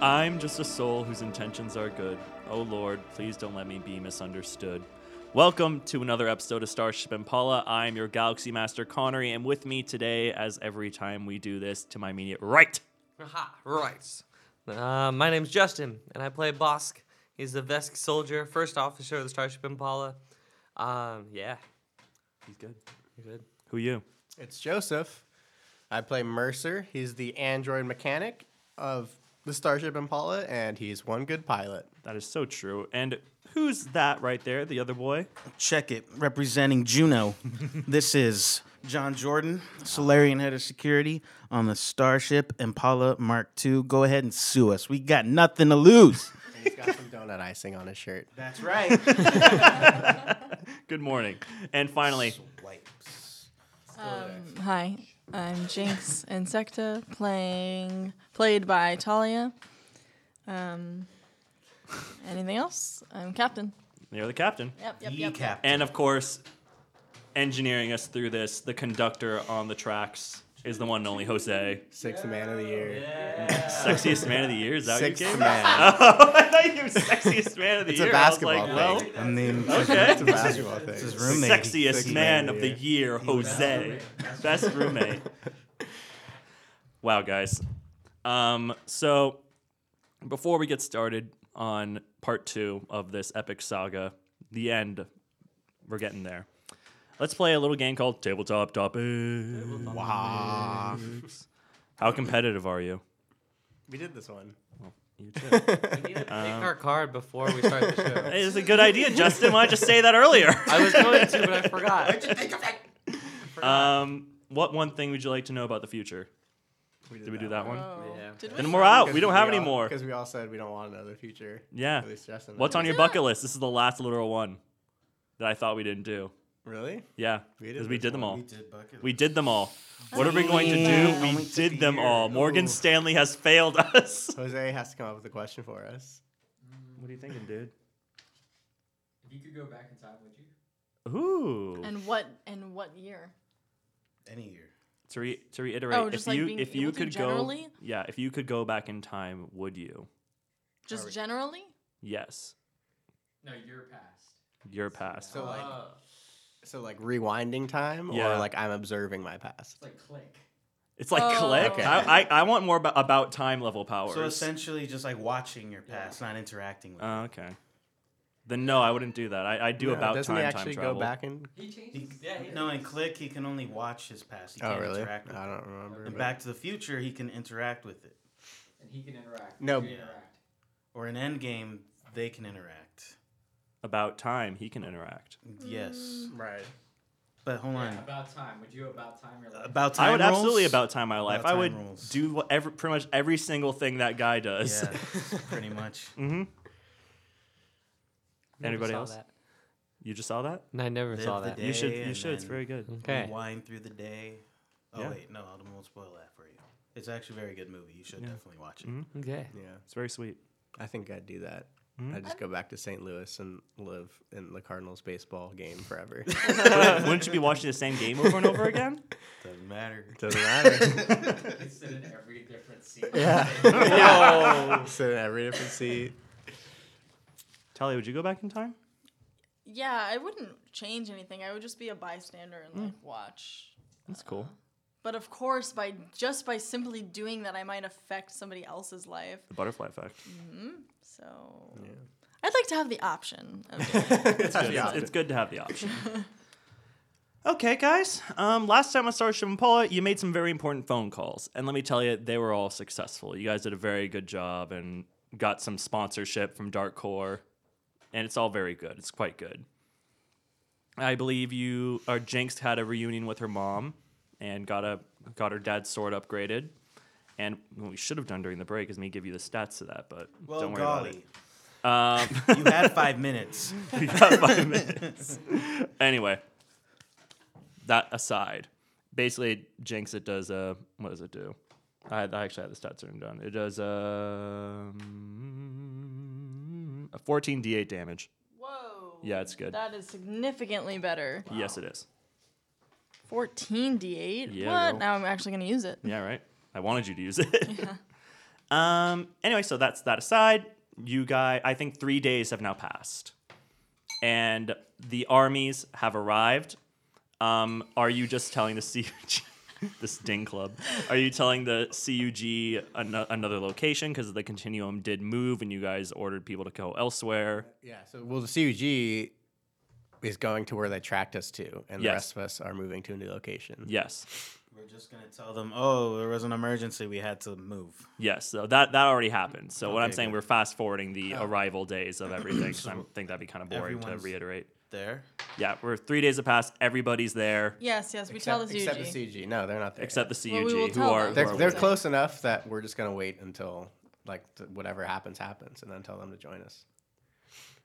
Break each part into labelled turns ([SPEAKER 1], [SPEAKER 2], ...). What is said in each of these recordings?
[SPEAKER 1] I'm just a soul whose intentions are good. Oh Lord, please don't let me be misunderstood. Welcome to another episode of Starship Impala. I'm your Galaxy Master Connery, and with me today, as every time we do this, to my immediate right.
[SPEAKER 2] Aha, right. Uh, my name's Justin, and I play Bosk. He's the Vesk soldier, first officer of the Starship Impala. Um, yeah,
[SPEAKER 1] He's good.
[SPEAKER 2] you're good.
[SPEAKER 1] Who you?
[SPEAKER 3] It's Joseph. I play Mercer. He's the android mechanic of the Starship Impala, and he's one good pilot.
[SPEAKER 1] That is so true. And who's that right there? The other boy?
[SPEAKER 4] Check it. Representing Juno, this is John Jordan, Solarian head of security on the Starship Impala Mark II. Go ahead and sue us. We got nothing to lose.
[SPEAKER 3] And he's got some donut icing on his shirt.
[SPEAKER 4] That's right.
[SPEAKER 1] Good morning. And finally,
[SPEAKER 5] Um, hi, I'm Jinx Insecta, playing played by Talia. Um, anything else? I'm captain.
[SPEAKER 1] you're the captain.
[SPEAKER 5] Yep, yep, yep.
[SPEAKER 1] And of course, engineering us through this, the conductor on the tracks is the one and only Jose.
[SPEAKER 3] Sixth man of the year.
[SPEAKER 1] Sexiest man of the year? Is that
[SPEAKER 3] Sixth
[SPEAKER 1] what you gave?
[SPEAKER 3] man.
[SPEAKER 1] Oh, I thought you were sexiest man of the
[SPEAKER 3] It's
[SPEAKER 1] year.
[SPEAKER 3] a
[SPEAKER 1] I was
[SPEAKER 3] basketball
[SPEAKER 1] like,
[SPEAKER 3] thing.
[SPEAKER 1] well,
[SPEAKER 4] I mean,
[SPEAKER 3] It's a basketball
[SPEAKER 4] his
[SPEAKER 3] thing.
[SPEAKER 4] roommate.
[SPEAKER 1] sexiest
[SPEAKER 3] Sixth
[SPEAKER 1] man of the year, Jose, best roommate. wow, guys. Um, so before we get started on part two of this epic saga, the end, we're getting there. Let's play a little game called Tabletop Topics.
[SPEAKER 3] Wow.
[SPEAKER 1] How competitive are you?
[SPEAKER 3] We did this one.
[SPEAKER 1] You too.
[SPEAKER 2] We need to pick
[SPEAKER 4] Um,
[SPEAKER 2] our card before we start the show.
[SPEAKER 1] It's a good idea, Justin. Why did you say that earlier?
[SPEAKER 2] I was going to, but I forgot.
[SPEAKER 1] Um, what one thing would you like to know about the future? Did we do that one?
[SPEAKER 5] Oh,
[SPEAKER 2] Yeah.
[SPEAKER 5] did we
[SPEAKER 1] Then we're out.
[SPEAKER 3] Because
[SPEAKER 1] We don't have any more.
[SPEAKER 3] Because we all said we don't want another future.
[SPEAKER 1] Yeah.
[SPEAKER 3] At least Justin.
[SPEAKER 1] What's on
[SPEAKER 3] did.
[SPEAKER 1] your bucket list? This is the last literal one that I thought we didn't do.
[SPEAKER 3] Really?
[SPEAKER 1] Yeah,
[SPEAKER 3] We did
[SPEAKER 1] because we
[SPEAKER 3] this
[SPEAKER 1] did them
[SPEAKER 3] one.
[SPEAKER 1] all.
[SPEAKER 4] did bucket.
[SPEAKER 1] We did them all. What are we going to do?
[SPEAKER 4] Yeah.
[SPEAKER 1] We
[SPEAKER 4] Only took
[SPEAKER 1] did
[SPEAKER 4] a
[SPEAKER 1] them
[SPEAKER 4] year.
[SPEAKER 1] all. Morgan
[SPEAKER 4] Ooh.
[SPEAKER 1] Stanley has failed us.
[SPEAKER 3] Jose has to come up with a question for us.
[SPEAKER 1] What are you thinking, dude?
[SPEAKER 6] If you could go back in time, would you?
[SPEAKER 1] Ooh.
[SPEAKER 5] And what? And what year?
[SPEAKER 4] Any year.
[SPEAKER 1] to, re- to reiterate,
[SPEAKER 5] Oh,
[SPEAKER 1] if
[SPEAKER 5] just like
[SPEAKER 1] you
[SPEAKER 5] being
[SPEAKER 1] if you
[SPEAKER 5] able to
[SPEAKER 1] could go,
[SPEAKER 5] generally?
[SPEAKER 1] yeah, if you could go back in time, would you?
[SPEAKER 5] Just generally?
[SPEAKER 1] Yes,
[SPEAKER 6] No, your past.
[SPEAKER 1] your past.
[SPEAKER 3] So like,
[SPEAKER 2] Uh,
[SPEAKER 3] so like rewinding time,
[SPEAKER 1] Yeah.
[SPEAKER 3] or like I'm observing my past.
[SPEAKER 6] It's like click.
[SPEAKER 1] It's like
[SPEAKER 5] Oh.
[SPEAKER 1] click.
[SPEAKER 5] Okay.
[SPEAKER 1] I, I I want more about, about time level powers.
[SPEAKER 4] So essentially, just like watching your past, not interacting with. it.
[SPEAKER 1] Oh, okay. Then no, I wouldn't do that. I, I do
[SPEAKER 3] No,
[SPEAKER 1] about
[SPEAKER 3] doesn't
[SPEAKER 1] time
[SPEAKER 3] he actually
[SPEAKER 1] time travel.
[SPEAKER 3] go back and?
[SPEAKER 6] He changed.
[SPEAKER 4] He-
[SPEAKER 6] his- yeah, he
[SPEAKER 4] no,
[SPEAKER 6] did.
[SPEAKER 4] in Click, he can only watch his past. He
[SPEAKER 3] Oh
[SPEAKER 4] can't
[SPEAKER 3] really?
[SPEAKER 4] interact with
[SPEAKER 3] I
[SPEAKER 4] it.
[SPEAKER 3] don't remember.
[SPEAKER 4] In
[SPEAKER 3] but-
[SPEAKER 4] Back to the Future, he can interact with it.
[SPEAKER 6] And he can interact.
[SPEAKER 3] No.
[SPEAKER 6] You
[SPEAKER 3] Yeah.
[SPEAKER 6] interact.
[SPEAKER 4] Or in Endgame, they can interact.
[SPEAKER 1] About time, he can interact.
[SPEAKER 4] Yes.
[SPEAKER 6] Mm.
[SPEAKER 3] Right.
[SPEAKER 4] But hold
[SPEAKER 6] Yeah,
[SPEAKER 4] on.
[SPEAKER 6] about time. Would you about time your life?
[SPEAKER 4] About time
[SPEAKER 1] I would
[SPEAKER 4] rules?
[SPEAKER 1] absolutely about time my life.
[SPEAKER 4] About
[SPEAKER 1] I would
[SPEAKER 4] time rules.
[SPEAKER 1] do whatever, pretty much every single thing that guy does.
[SPEAKER 4] Yeah, pretty much.
[SPEAKER 1] hmm
[SPEAKER 2] never
[SPEAKER 1] Anybody
[SPEAKER 2] saw
[SPEAKER 1] else?
[SPEAKER 2] that.
[SPEAKER 1] You just saw that?
[SPEAKER 2] No, I never
[SPEAKER 4] Live
[SPEAKER 2] saw
[SPEAKER 4] the
[SPEAKER 2] that.
[SPEAKER 4] day.
[SPEAKER 1] you should.
[SPEAKER 4] and
[SPEAKER 1] You should. It's
[SPEAKER 4] then-
[SPEAKER 1] very good.
[SPEAKER 2] Okay.
[SPEAKER 4] Wind through the day. Oh
[SPEAKER 1] Yeah.
[SPEAKER 4] wait, no, I won't spoil that for you. It's actually a very good movie. You should definitely watch
[SPEAKER 1] Mm-hmm.
[SPEAKER 4] it.
[SPEAKER 2] Okay.
[SPEAKER 3] Yeah.
[SPEAKER 1] It's very sweet.
[SPEAKER 3] I think I'd do that.
[SPEAKER 1] Hmm?
[SPEAKER 3] I'd just go back to St. Louis and live in the Cardinals baseball game forever.
[SPEAKER 1] wouldn't, wouldn't you be watching the same game over and over again?
[SPEAKER 4] Doesn't matter.
[SPEAKER 3] Doesn't matter.
[SPEAKER 6] It's in every different scene.
[SPEAKER 3] yeah. Sit in every different seat.
[SPEAKER 1] Talia, would you go back in time?
[SPEAKER 5] Yeah, I wouldn't change anything. I would just be a bystander and like
[SPEAKER 1] Hmm.
[SPEAKER 5] watch.
[SPEAKER 1] That's cool.
[SPEAKER 5] But of course, by just by simply doing that, I might affect somebody else's life.
[SPEAKER 1] The butterfly effect.
[SPEAKER 5] So I'd like to have the option. Of doing it.
[SPEAKER 3] It's
[SPEAKER 1] good. It's, it's good to have the option. okay, guys. Um, last time on Starship Impala, you made some very important phone calls, and let me tell you, they were all successful. You guys did a very good job and got some sponsorship from Dark Core, and it's all very good. It's quite good. I believe you or Jinx had a reunion with her mom and got a got her dad's sword upgraded. And what we should have done during the break is me give you the stats to that, but
[SPEAKER 4] Well,
[SPEAKER 1] don't worry about
[SPEAKER 4] golly,
[SPEAKER 1] it. Um,
[SPEAKER 4] you had five minutes.
[SPEAKER 1] we got five minutes. Anyway, that aside, basically Jinx it does uh what does it do? I, had- I actually had the stats written down. It does um, a 14 d8 damage.
[SPEAKER 5] Whoa.
[SPEAKER 1] Yeah, it's good.
[SPEAKER 5] That is significantly better.
[SPEAKER 1] Yes, it is.
[SPEAKER 5] 14 d8.
[SPEAKER 1] Yeah,
[SPEAKER 5] what?
[SPEAKER 1] girl.
[SPEAKER 5] Now I'm actually going to use it.
[SPEAKER 1] Yeah, right. I wanted you to use it. Um, anyway, so that's that aside. You guys, I think three days have now passed, and the armies have arrived. Um, are you just telling the CUG, this ding club? Are you telling the CUG an- another location because the continuum did move and you guys ordered people to go elsewhere?
[SPEAKER 3] Yeah. So, well, the CUG is going to where they tracked us to, and the
[SPEAKER 1] Yes.
[SPEAKER 3] rest of us are moving to a new location.
[SPEAKER 1] Yes,
[SPEAKER 4] We're just gonna tell them, oh, there was an emergency, we had to move.
[SPEAKER 1] yes. So that that already happened. So what I'm
[SPEAKER 3] Okay,
[SPEAKER 1] saying,
[SPEAKER 3] good. Oh.
[SPEAKER 1] we're fast forwarding the arrival days of everything because I
[SPEAKER 4] So
[SPEAKER 1] think that'd be kind of boring to
[SPEAKER 4] everyone's-
[SPEAKER 1] reiterate.
[SPEAKER 4] There.
[SPEAKER 1] Yeah, we're three days have passed. Everybody's there.
[SPEAKER 5] Yes, yes, we
[SPEAKER 3] Except,
[SPEAKER 5] tell the
[SPEAKER 3] except
[SPEAKER 5] CG.
[SPEAKER 3] the CUG. No, they're not there.
[SPEAKER 1] except the
[SPEAKER 5] Well,
[SPEAKER 1] CUG,
[SPEAKER 5] we will
[SPEAKER 1] who
[SPEAKER 5] tell
[SPEAKER 1] are,
[SPEAKER 5] them.
[SPEAKER 1] who
[SPEAKER 5] They're-
[SPEAKER 1] are
[SPEAKER 3] they're
[SPEAKER 1] with
[SPEAKER 5] away.
[SPEAKER 3] close enough that we're just gonna wait until like th- whatever happens happens, and then tell them to join us.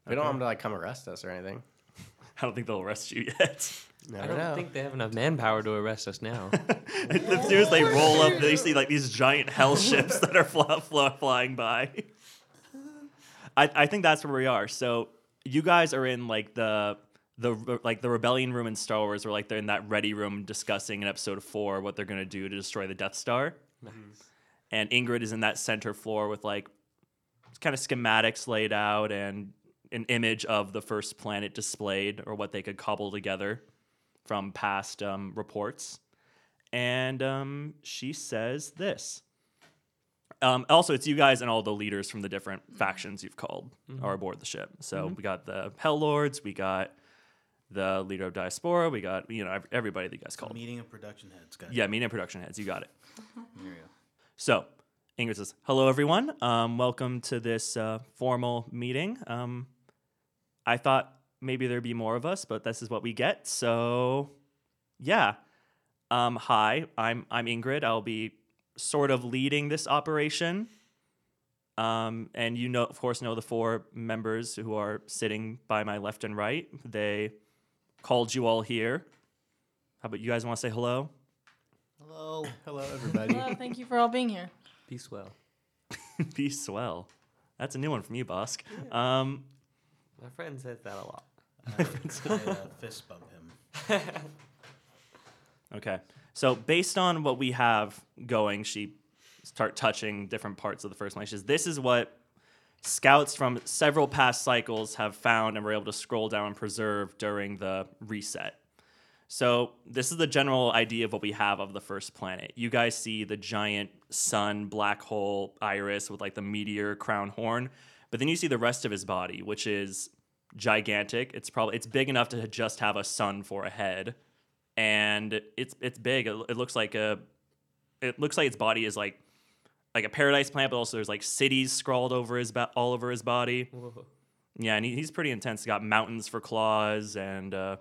[SPEAKER 3] We don't want them to like come arrest us or anything.
[SPEAKER 1] it. I don't think they'll arrest you yet.
[SPEAKER 3] Never
[SPEAKER 2] I don't
[SPEAKER 3] know.
[SPEAKER 2] think they have enough manpower to arrest us now.
[SPEAKER 1] as soon as they roll up, they see like these giant hell ships that are fly, fly, flying by. I, I think that's where we are. So you guys are in like the the like the rebellion room in Star Wars, where like they're in that ready room discussing in Episode Four what they're gonna do to destroy the Death Star. And Ingrid is in that center floor with like kind of schematics laid out and an image of the first planet displayed or what they could cobble together from past um, reports and um, she says this. Um, also, it's you guys and all the leaders from the different factions you've called are aboard the ship. So we got the Hell Lords, we got the leader of Diaspora, we got you know ev- everybody that you guys called.
[SPEAKER 4] Meeting of production heads, guys.
[SPEAKER 1] Oh. Yeah, media and production heads, you got it.
[SPEAKER 4] There you go.
[SPEAKER 1] So Ingrid says, "Hello, everyone. Um, welcome to this uh, formal meeting. Um, I thought maybe there'd be more of us, but this is what we get. So, yeah. Um, hi, I'm I'm Ingrid. I'll be sort of leading this operation. Um, and you know, of course, know the four members who are sitting by my left and right. They called you all here. How about you guys want to say hello?
[SPEAKER 3] Hello, hello, everybody.
[SPEAKER 5] Hello, thank you for all being here.
[SPEAKER 2] Peace well.
[SPEAKER 1] Be swell. That's a new one from you, Bosk. Um,
[SPEAKER 2] My friend says that a lot.
[SPEAKER 4] I, uh, fist bump him.
[SPEAKER 1] okay. So based on what we have going, she start touching different parts of the first line. She says, "This is what scouts from several past cycles have found and were able to scroll down and preserve during the reset." So this is the general idea of what we have of the first planet. You guys see the giant sun, black hole, iris with like the meteor crown horn, but then you see the rest of his body, which is gigantic. It's probably it's big enough to just have a sun for a head, and it's it's big. It, it looks like a it looks like its body is like like a paradise planet, but also there's like cities scrawled over his ba- all over his body.
[SPEAKER 2] Whoa.
[SPEAKER 1] Yeah, and he, he's pretty intense. He's got mountains for claws and uh,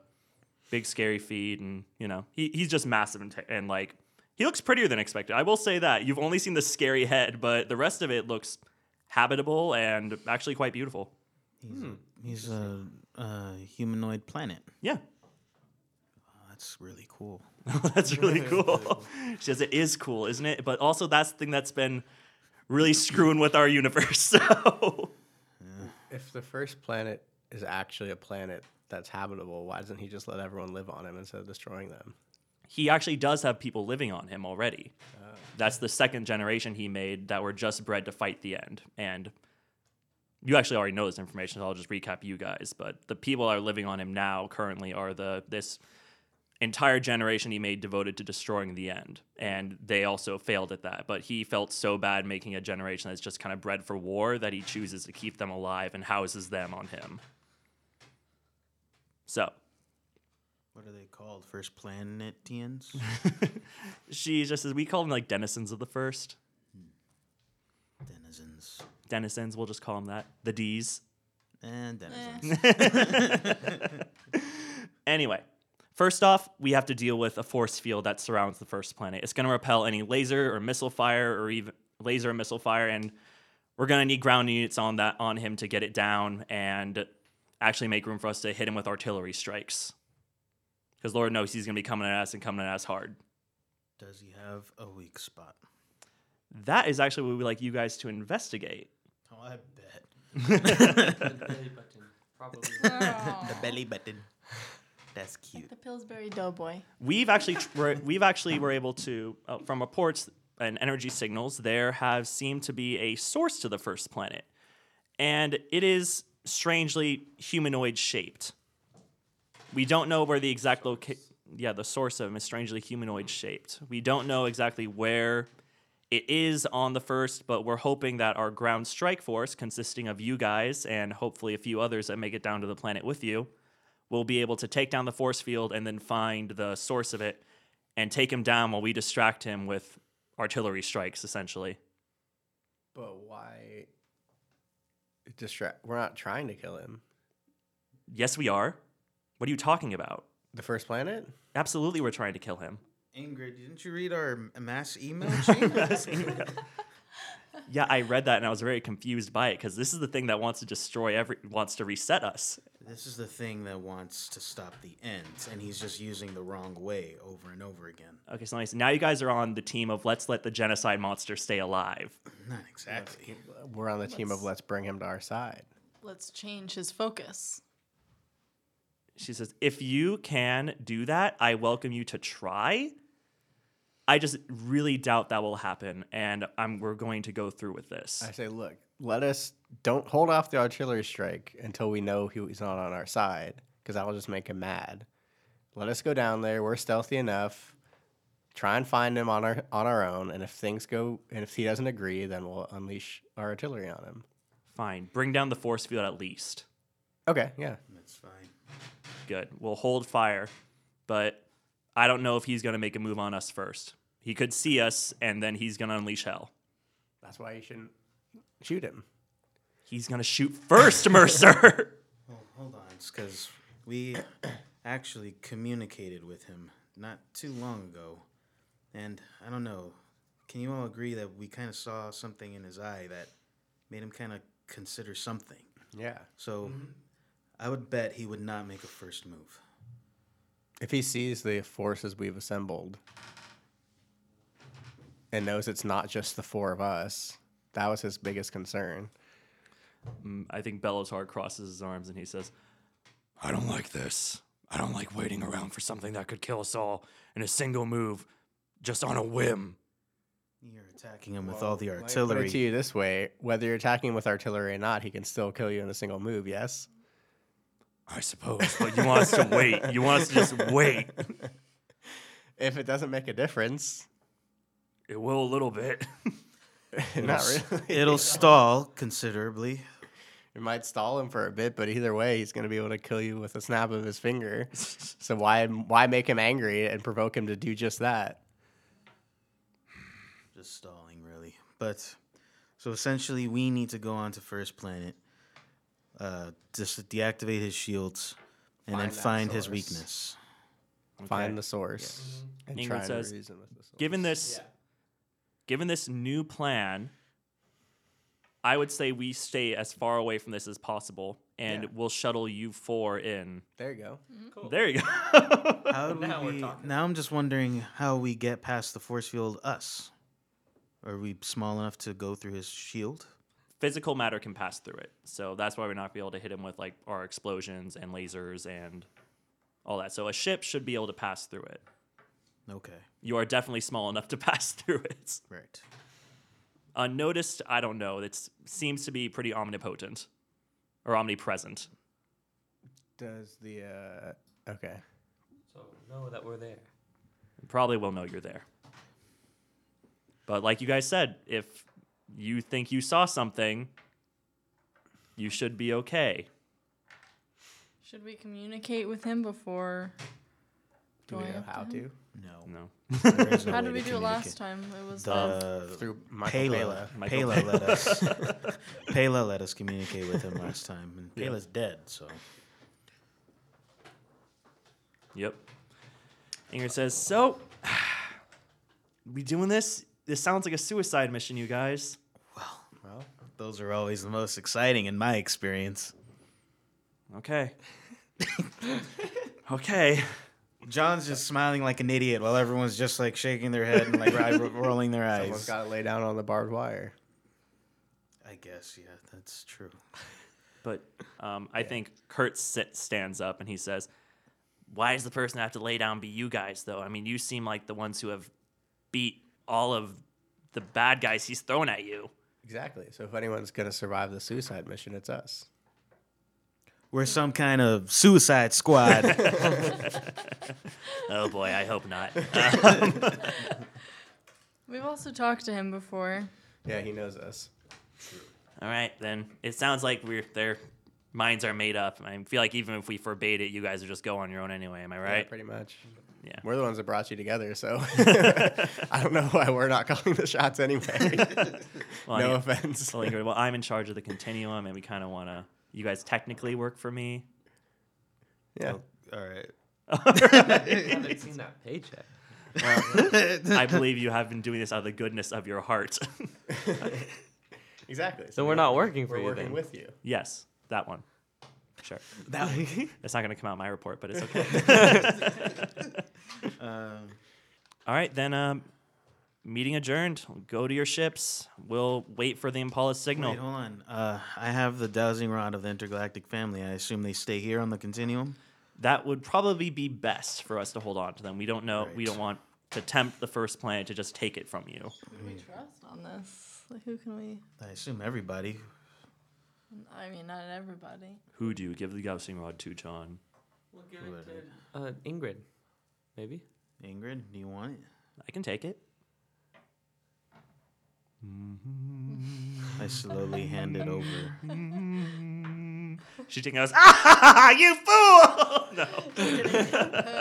[SPEAKER 1] big scary feet, and you know he, he's just massive and, t- and like he looks prettier than expected. I will say that you've only seen the scary head, but the rest of it looks habitable and actually quite beautiful.
[SPEAKER 4] He's, he's a, a humanoid planet.
[SPEAKER 1] Yeah,
[SPEAKER 4] Oh, that's really cool.
[SPEAKER 1] that's really cool. she says it is cool, isn't it? But also that's the thing that's been really screwing with our universe. So
[SPEAKER 3] if the first planet is actually a planet that's habitable, why doesn't he just let everyone live on him instead of destroying them?
[SPEAKER 1] he actually does have people living on him already. That's the second generation he made that were just bred to fight the end. And you actually already know this information, so I'll just recap you guys. But the people that are living on him now currently are the this entire generation he made devoted to destroying the end. And they also failed at that. But he felt so bad making a generation that's just kind of bred for war that he chooses to keep them alive and houses them on him. So
[SPEAKER 4] What are they called? First planetians?
[SPEAKER 1] she just says we call them like denizens of the first.
[SPEAKER 4] denizens.
[SPEAKER 1] denizens. We'll just call them that. The D's.
[SPEAKER 4] And denizens.
[SPEAKER 1] Anyway, first off, we have to deal with a force field that surrounds the first planet. It's going to repel any laser or missile fire, or even laser and missile fire, and we're going to need ground units on that on him to get it down and actually make room for us to hit him with artillery strikes. Because Lord knows he's going to be coming at us and coming at us hard.
[SPEAKER 4] Does he have a weak spot?
[SPEAKER 1] That is actually what we would like you guys to investigate.
[SPEAKER 4] Oh, I bet.
[SPEAKER 2] Probably.
[SPEAKER 5] the
[SPEAKER 4] Belly button. That's cute.
[SPEAKER 5] Oh, Pillsbury Doughboy.
[SPEAKER 1] we've actually tr- were, we've actually were able to uh, from reports and energy signals there have seemed to be a source to the first planet, and it is strangely humanoid shaped. We don't know where the exact location. Yeah, the source of them is strangely humanoid shaped. We don't know exactly where it is on the first, but we're hoping that our ground strike force, consisting of you guys and hopefully a few others that make it down to the planet with you, will be able to take down the force field and then find the source of it and take him down while we distract him with artillery strikes, essentially.
[SPEAKER 3] But why? Distract. We're not trying to kill him.
[SPEAKER 1] Yes, we are. What are you talking about?
[SPEAKER 3] The first planet.
[SPEAKER 1] Absolutely, we're trying to kill him.
[SPEAKER 4] Ingrid, didn't you read our m- mass email chain?
[SPEAKER 1] Yeah, I read that and I was very confused by it because this is the thing that wants to destroy every wants to reset us.
[SPEAKER 4] this is the thing that wants to stop the ends, and he's just using the wrong way over and over again.
[SPEAKER 1] Okay, so nice. Now you guys are on the team of let's let the genocide monster stay alive.
[SPEAKER 4] Not exactly.
[SPEAKER 3] We're on the team of let's bring him to our side.
[SPEAKER 5] Let's change his focus.
[SPEAKER 1] She says, if you can do that, I welcome you to try. I just really doubt that will happen, and I'm we're going to go through with this.
[SPEAKER 3] I say, look, let us don't hold off the artillery strike until we know who is not on our side, because that will just make him mad. Let us go down there. We're stealthy enough. Try and find him on our on our own, and if things go and if he doesn't agree, then we'll unleash our artillery on him.
[SPEAKER 1] Fine, bring down the force field at least.
[SPEAKER 3] Okay, yeah.
[SPEAKER 4] That's fine.
[SPEAKER 1] Good, we'll hold fire, but I don't know if he's going to make a move on us first. He could see us, and then he's going to unleash hell.
[SPEAKER 3] That's why you shouldn't shoot him.
[SPEAKER 1] He's going to shoot first, Mercer.
[SPEAKER 4] Well, hold on, it's because we actually communicated with him not too long ago, and I don't know. Can you all agree that we kind of saw something in his eye that made him kind of consider something?
[SPEAKER 3] Yeah.
[SPEAKER 4] So, I would bet he would not make a first move.
[SPEAKER 3] If he sees the forces we've assembled and knows it's not just the four of us, that was his biggest concern.
[SPEAKER 1] I think Bellatar crosses his arms and he says, I don't like this. I don't like waiting around for something that could kill us all in a single move, just on a whim.
[SPEAKER 4] You're attacking him with all the
[SPEAKER 3] Let me put it
[SPEAKER 4] artillery.
[SPEAKER 3] to you this way: whether you're attacking with artillery or not, he can still kill you in a single move. Yes.
[SPEAKER 1] I suppose, but you want us to wait. You want us to just wait.
[SPEAKER 3] If it doesn't make a difference,
[SPEAKER 1] It will a little bit.
[SPEAKER 3] not really.
[SPEAKER 4] It'll stall considerably.
[SPEAKER 3] It might stall him for a bit, but either way, he's going to be able to kill you with a snap of his finger. so why why make him angry and provoke him to do just that?
[SPEAKER 4] Just stalling, really. But so essentially, we need to go on to first planet, uh, just deactivate his shields, and
[SPEAKER 3] Find
[SPEAKER 4] then
[SPEAKER 3] that
[SPEAKER 4] find his
[SPEAKER 3] source.
[SPEAKER 4] weakness.
[SPEAKER 1] Okay.
[SPEAKER 3] Find the source and
[SPEAKER 1] Ingrid
[SPEAKER 3] try and
[SPEAKER 1] says,
[SPEAKER 3] reason with the source.
[SPEAKER 1] Given this, given this new plan, I would say we stay as far away from this as possible, and
[SPEAKER 3] Yeah.
[SPEAKER 1] we'll shuttle you four in.
[SPEAKER 3] There you go.
[SPEAKER 1] There you go.
[SPEAKER 4] How do
[SPEAKER 2] Now
[SPEAKER 4] we
[SPEAKER 2] we're
[SPEAKER 4] be-
[SPEAKER 2] talking.
[SPEAKER 4] Now I'm just wondering how we get past the force field. Us, are we small enough to go through his shield?
[SPEAKER 1] physical matter can pass through it. So that's why we're not be able to hit him with like our explosions and lasers and all that. So a ship should be able to pass through it.
[SPEAKER 4] Okay,
[SPEAKER 1] You are definitely small enough to pass through it.
[SPEAKER 4] right.
[SPEAKER 1] Unnoticed, I don't know. It seems to be pretty omnipotent or omnipresent.
[SPEAKER 3] Does the uh, okay?
[SPEAKER 2] So know that we're there.
[SPEAKER 1] Probably will know you're there. But like you guys said, if you think you saw something, you should be okay.
[SPEAKER 5] Should we communicate with him before?
[SPEAKER 3] Do we
[SPEAKER 5] going
[SPEAKER 3] know
[SPEAKER 5] up
[SPEAKER 3] how
[SPEAKER 5] him?
[SPEAKER 3] to?
[SPEAKER 4] No.
[SPEAKER 1] No.
[SPEAKER 4] there is no
[SPEAKER 5] How
[SPEAKER 4] way
[SPEAKER 5] did we
[SPEAKER 4] to
[SPEAKER 5] do it last time? It was um,
[SPEAKER 4] communicate. The
[SPEAKER 3] Through Michael
[SPEAKER 4] Pela.
[SPEAKER 3] Pela.
[SPEAKER 1] Michael
[SPEAKER 4] Pela let us. Pela let us communicate with him last time, and Pela's dead, so
[SPEAKER 1] Yep. Ingrid says, "So, we doing this? This sounds like a suicide mission, you guys.
[SPEAKER 4] those are always the most exciting in my experience.
[SPEAKER 1] Okay. okay.
[SPEAKER 4] John's just smiling like an idiot while everyone's just like shaking their head and like ri- rolling their
[SPEAKER 3] Someone's
[SPEAKER 4] eyes.
[SPEAKER 3] got to lay down on the barbed wire.
[SPEAKER 4] I guess, yeah, that's true.
[SPEAKER 1] But um, I think Kurt sit, stands up and he says, "Why does the person have to lay down be you guys though? I mean, you seem like the ones who have beat all of the bad guys he's throwing at you.
[SPEAKER 3] Exactly. So if anyone's gonna survive the suicide mission, it's us.
[SPEAKER 4] We're some kind of suicide squad.
[SPEAKER 1] Oh boy, I hope not.
[SPEAKER 5] We've also talked to him before.
[SPEAKER 3] Yeah, he knows us.
[SPEAKER 1] All right, then it sounds like we're their minds are made up. I feel like even if we forbade it, you guys would just go on your own anyway. Am I
[SPEAKER 3] Yeah,
[SPEAKER 1] right?
[SPEAKER 3] pretty much.
[SPEAKER 1] Yeah.
[SPEAKER 3] We're the ones that brought you together, so I don't know why we're not calling the shots anyway.
[SPEAKER 1] Well,
[SPEAKER 3] no
[SPEAKER 1] yeah.
[SPEAKER 3] offense.
[SPEAKER 1] Well, Ingrid, well, I'm in charge of the continuum, and we kind of want to. You guys technically work for me.
[SPEAKER 3] Yeah.
[SPEAKER 4] All right.
[SPEAKER 2] I haven't seen that paycheck.
[SPEAKER 1] I believe you have been doing this out of the goodness of your heart.
[SPEAKER 3] Exactly.
[SPEAKER 2] So we're not working for
[SPEAKER 3] We're
[SPEAKER 2] you
[SPEAKER 3] working
[SPEAKER 2] then.
[SPEAKER 3] with you.
[SPEAKER 1] yes, that one. Sure.
[SPEAKER 4] That
[SPEAKER 1] It's not going to come out in my report, but it's okay.
[SPEAKER 4] Um,
[SPEAKER 1] All right, then. Um, meeting adjourned. Go to your ships. We'll wait for the Impala signal.
[SPEAKER 4] Wait, hold on. Uh, I have the dowsing rod of the intergalactic family. I assume they stay here on the continuum.
[SPEAKER 1] that would probably be best for us to hold on to them. We don't know. We
[SPEAKER 4] Right.
[SPEAKER 1] don't want to tempt the first planet to just take it from you.
[SPEAKER 5] Who do we trust on this? Like, who can we?
[SPEAKER 4] I assume everybody.
[SPEAKER 5] I mean, not everybody.
[SPEAKER 1] Who do you give the gaussing rod to, John?
[SPEAKER 6] We'll give it to
[SPEAKER 2] Uh, Ingrid, maybe.
[SPEAKER 4] Ingrid, do you want it?
[SPEAKER 1] I can take it.
[SPEAKER 4] I slowly hand it over.
[SPEAKER 1] She goes, ah, you fool! No.